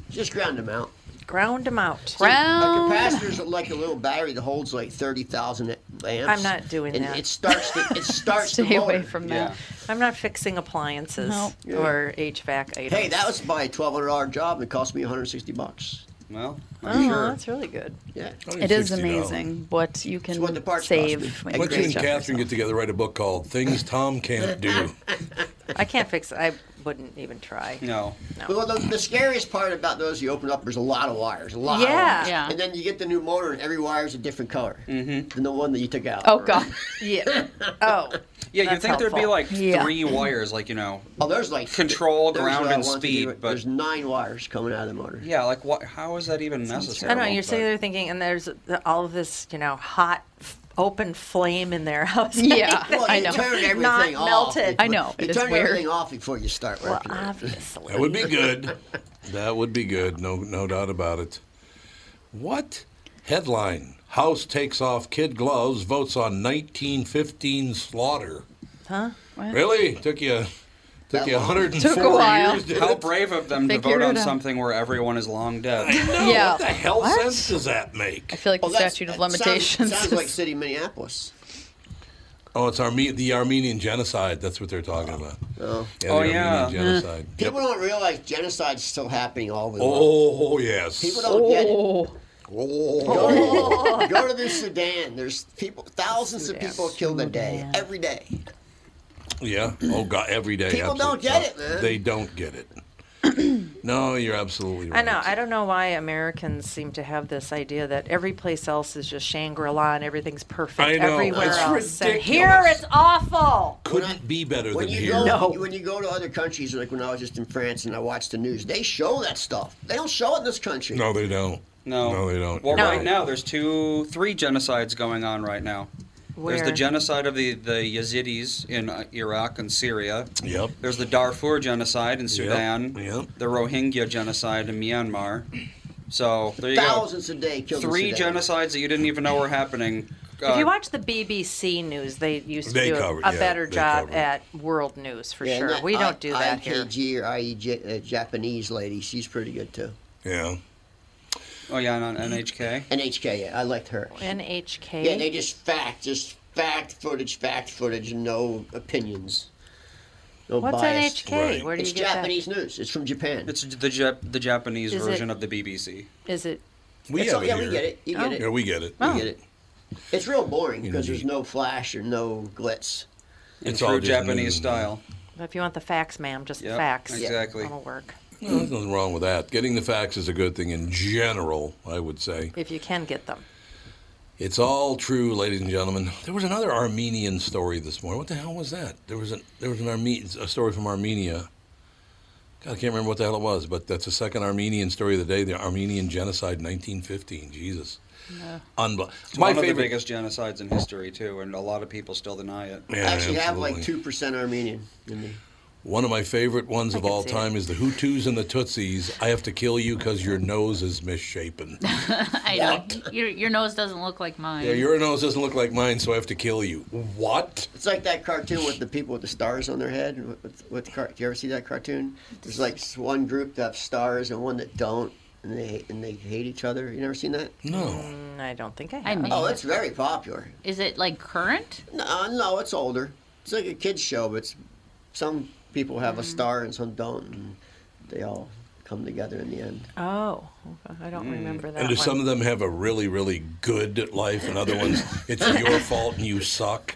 Just ground them out.
Ground them out.
See, A capacitor is like a little battery that holds like thirty thousand amps.
I'm not doing
and
that.
It starts. The,
*laughs*
it starts. the
Stay away
motor.
from that. I'm not fixing appliances
Nope. Yeah.
or HVAC items.
Hey, that was my twelve hundred dollar job. and It cost me one hundred sixty bucks.
Well,
Oh, that's really good.
Yeah.
It is amazing what you can save. when
Why
you
you
do
and
stuff yourself.
Catherine get together, write a book called "Things Tom Can't Do"?
*laughs* I can't fix. I wouldn't even try.
No.
Well, the, the scariest part about those you open up, there's a lot of wires, a lot.
Yeah.
Of wires.
Yeah.
And then you get the new motor, and every wire is a different color
Mm-hmm.
than the one that you took out.
Oh
*laughs*
God.
Yeah. Oh.
Yeah, you
That's
think there'd be
helpful.
like
Yeah.
three
Mm-hmm.
wires, like you know.
Oh, there's like
control,
there's uh,
ground,
what I
and
wanted to do,
speed.
but
But
there's nine wires coming out of the motor.
yeah, like what? How is that even
I
necessary?
don't know. You're sitting there thinking, and there's the- all of this, you know, hot, f- open flame in their *laughs* house.
Yeah,
Well, you
I know.
turn everything
Not
off.
melted.
I know,
You
it is
turn
weird.
everything off before you start
Well,
working.
obviously.
That would be
*laughs*
good. That would be good. No, no doubt about it. What headline? House takes off kid gloves, votes on 1915 slaughter.
Huh?
Really? Took you took you 104 years. did
How
it?
brave of them to
Figured
vote on
it out.
something where everyone is long dead.
Yeah.
What the hell
What?
sense does that make?
I feel like
Well,
the
that's-
statute of
that sounds-
limitations.
Sounds,
is-
like city of Minneapolis.
Oh, it's Arme- the Armenian genocide. That's what they're talking about.
Oh,
yeah. The
Oh,
Armenian
yeah. Mm.
genocide. Yep.
People don't realize genocide's still happening all over the
Oh, yes.
People don't get
Oh.
it.
*laughs*
Go, to, go to the Sudan. There's people, thousands of people killed a day, every day.
Yeah. Oh God. Every day.
People don't
absolutely.
get it, man.
They don't get
*clears throat*
it. no, you're absolutely right.
I know. I don't know why Americans seem to have this idea that every place else is just Shangri La and everything's perfect
I know.
everywhere
It's
else. And
ridiculous.
here it's awful.
Couldn't be better
When
than
you
here.
go, when you go to other countries, like when I was just in France and I watched the news, they show that stuff. They don't show it in this country.
No, they don't.
No.
No, they don't.
Well,
You're
right now there's two, three genocides going on right now. There's
Where?
the genocide of the, the Yazidis in uh, Iraq and Syria.
Yep.
There's the Darfur genocide in Sudan.
Yep.
The Rohingya genocide in Myanmar. So there you
Thousands a day
go.
killed in
Three
Sudan.
genocides that you didn't even know were happening
Oh
Uh,
if you watch the BBC news, they used to
They
do a-
covered,
a
yeah,
better
they
job
covered.
at world news for
Yeah, and
sure.
that
we
I-
don't do that here.
IKG or IEJ, uh, Japanese lady, she's pretty good too.
Yeah.
Oh yeah, and on NHK.
NHK, yeah, I liked her.
NHK.
Yeah, they just fact, just fact footage, fact footage, no opinions. No
What's
bias.
NHK? Right. Where do
it's
you get that?
Japanese news. It's from Japan.
It's the Jap- the Japanese
Is it-
version of the BBC.
Is it?
We It's have all- it yeah, we here. get it. You get Oh. it. Yeah, we
get it.
You get it. It's real boring because there's no flash or no glitz.
In It's all true just Japanese news. style.
If you want the facts, ma'am, just the
Yep,
facts.
exactly.
That'll work.
No, there's nothing wrong with that. Getting the facts is a good thing in general, I would say.
If you can get them.
It's all true, ladies and gentlemen. There was another Armenian story this morning. What the hell was that? There was an there was an Arme- a story from Armenia. God, I can't remember what the hell it was, but that's the second Armenian story of the day. The Armenian genocide, 1915. Jesus, unbelievable.
It's one of the biggest genocides in history too, and a lot of people still deny it.
Yeah, I actually have, like, absolutely.
Two percent Armenian. in me.
One of my favorite ones of all time is the Hutus and the Tutsis. I have to kill you because your nose is misshapen.
*laughs* I know. Your, your nose doesn't look like mine.
yeah, your nose doesn't look like mine, so I have to kill you. What?
It's like that cartoon with the people with the stars on their head. With, with, with car- do you ever see that cartoon? There's like s- one group that have stars and one that don't, and they and they hate each other. You never seen that?
No.
Mm, I don't think I
I
have.
may
Oh,
have.
it's very popular.
Is it like current?
No, no, it's older. It's like a kids show, but it's, some people have a star and some don't, and they all come together in the end. *laughs*
Oh, okay. I don't remember that.
Mm. and do
one.
some of them have a really, really good life, and other
*laughs*
ones, it's your fault and you suck?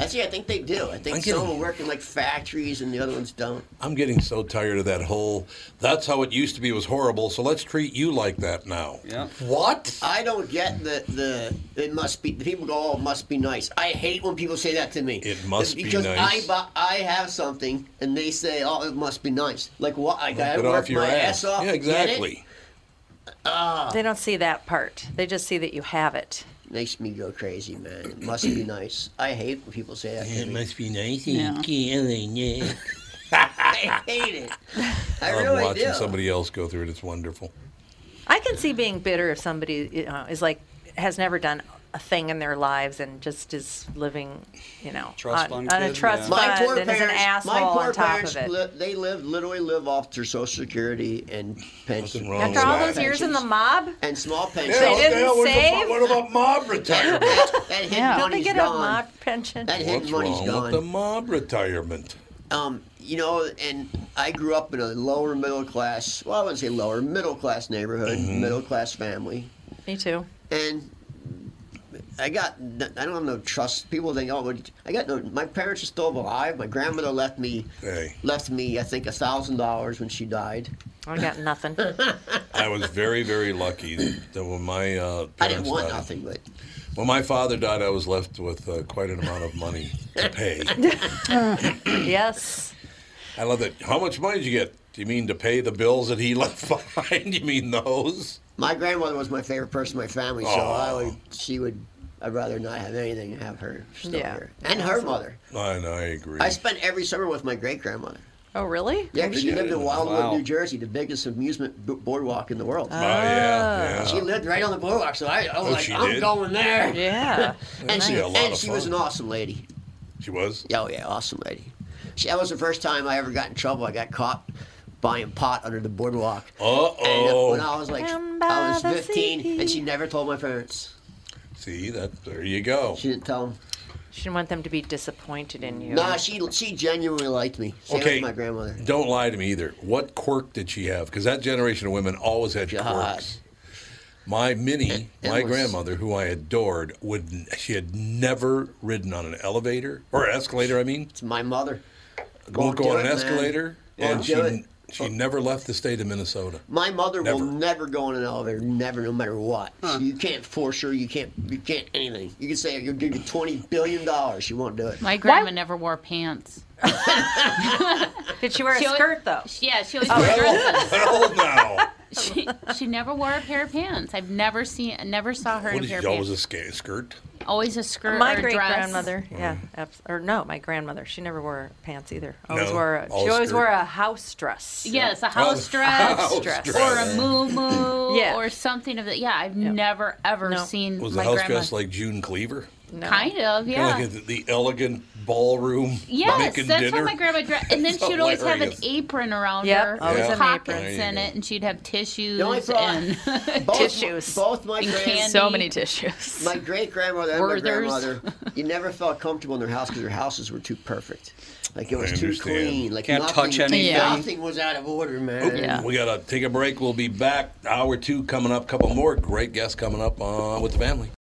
Actually, I think they do. I think
I'm
some
getting-
will work in like factories and the other ones don't.
I'm getting so tired of that whole, that's how it used to be was horrible, so let's treat you like that now. Yeah. What?
I don't get the the. It must be the people go. Oh, it must be nice. I hate when people say that to me. It
must be
because
nice.
Because I bu- I have something and they say, oh, it must be nice. Like what? I got
Get
work
off your
my
ass.
ass, off.
Yeah,
to get it?
exactly.
Ah,
They don't see that part. They just see that you have it.
makes me go crazy, man. It must be nice. I hate when people say that. to me.
be nice
and
killing *laughs* it.
I
*laughs*
hate it. I
love
really
watching
do.
somebody else go through it. It's wonderful.
I can see being bitter if somebody you know, is like has never done a thing in their lives and just is living, you know,
Trust
on,
fund
on a
kid,
trust
yeah. My
fund
poor
and is an
parents-
asshole
my poor
on top
parents
of it.
li- they live literally live off their social security and pension.
Oh,
After all those years in the mob,
and small pensions,
they didn't save.
mob retirement?
that hidden
yeah. Don't they
money's
get
gone.
a mob pension?
That hidden
What's
money's
wrong
gone.
with the mob retirement?
Um, you know, and I grew up in a lower middle class. Well, I wouldn't say lower middle class neighborhood,
Mm-hmm.
middle class family,
Me too.
and I got n- I don't have no trust. People think, oh, what- I got no. My parents are still alive. My grandmother left me
Hey,
left me I think a thousand dollars when she died.
I
*laughs*
got nothing.
I was very, very lucky that when my uh, parents
I didn't want
died,
nothing, but
when my father died, I was left with uh, quite an amount of money to
*laughs*
pay.
yes.
I love that. How much money did you get? Do you mean to pay the bills that he *laughs* left behind? You mean those?
my grandmother was my favorite person in my family, so I would she would. I'd rather not have anything have her still
Yeah.
here, and her mother.
I, know, I agree.
I spent every summer with my great grandmother.
Oh, really?
Yeah, 'cause she lived in Wildwood,
Wow.
New Jersey, the biggest amusement b- boardwalk in the world.
Oh, yeah, yeah.
She lived right on the boardwalk, so I, I was
Oh,
like,
she
I'm
did?
going *laughs* there.
Yeah.
and she,
Yeah, a lot
and
of
she was
fun.
an awesome lady.
She was?
Oh, yeah, awesome lady. She, that was the first time I ever got in trouble. I got caught buying pot under the boardwalk.
Oh.
And uh,
Uh-oh.
when I was like, I was 15, and she never told my parents.
See that? There you go.
She didn't tell them.
She didn't want them to be disappointed in you.
Nah, she she genuinely liked me. Same
Okay.
with my grandmother.
Don't lie to me either. What quirk did she have? Because that generation of women always had quirks. My Minnie, my
endless.
grandmother, who I adored, would n- she had never ridden on an elevator or escalator. I mean, it's
my mother.
Won't
Won't
go on
do
an
it, man.
escalator,
Won't
and
do
she
it.
she never left the state of Minnesota.
My mother will never go in an elevator, never, no matter what. You can't force her. You can't. You can't anything. You can say you'll give you twenty billion dollars. She won't do it.
My grandma never wore pants.
Did she wear a skirt though?
Yeah, she always
Oh,
wore
really?
Oh,
dresses.
Well, now
she she never wore a pair of pants. I've never seen, never saw her
What
in a
is
pair of
y'all
pants.
was
a ska- skirt?
Always a skirt
my
or a
great
dress.
grandmother, yeah, abs- or no, my grandmother. She never wore pants either. Always
No,
wore. A,
all
she always
skirt.
wore a house dress.
Yes, a *laughs* house
Oh,
dress,
*laughs* house dress.
or a moo moo,
Yeah.
or something of that. Yeah, I've never ever seen
Was the
my
house
grandma.
dressed like June Cleaver?
Kind of, yeah.
Kinda like the, the elegant ballroom
Yes,
Jamaican
that's
dinner.
what my grandma
*laughs*
dressed. And then
It's
she would always have an
hilarious.
apron around
Yep,
her,
always
with
an apron.
pockets
There you
in it, and she'd have tissues
The only problem-
and *laughs*
both- both my
and
grand-
candy.
So many
tissues.
My great grandmother and my
Werther's.
*laughs*
grandmother, you never felt comfortable in their house because their houses were too perfect. Like it was too
understand.
clean. Like
Can't
nothing,
touch anything.
Nothing was out of order, man.
We gotta take a break. We'll be back. Hour two coming up. Couple more great guests coming up uh, with the family.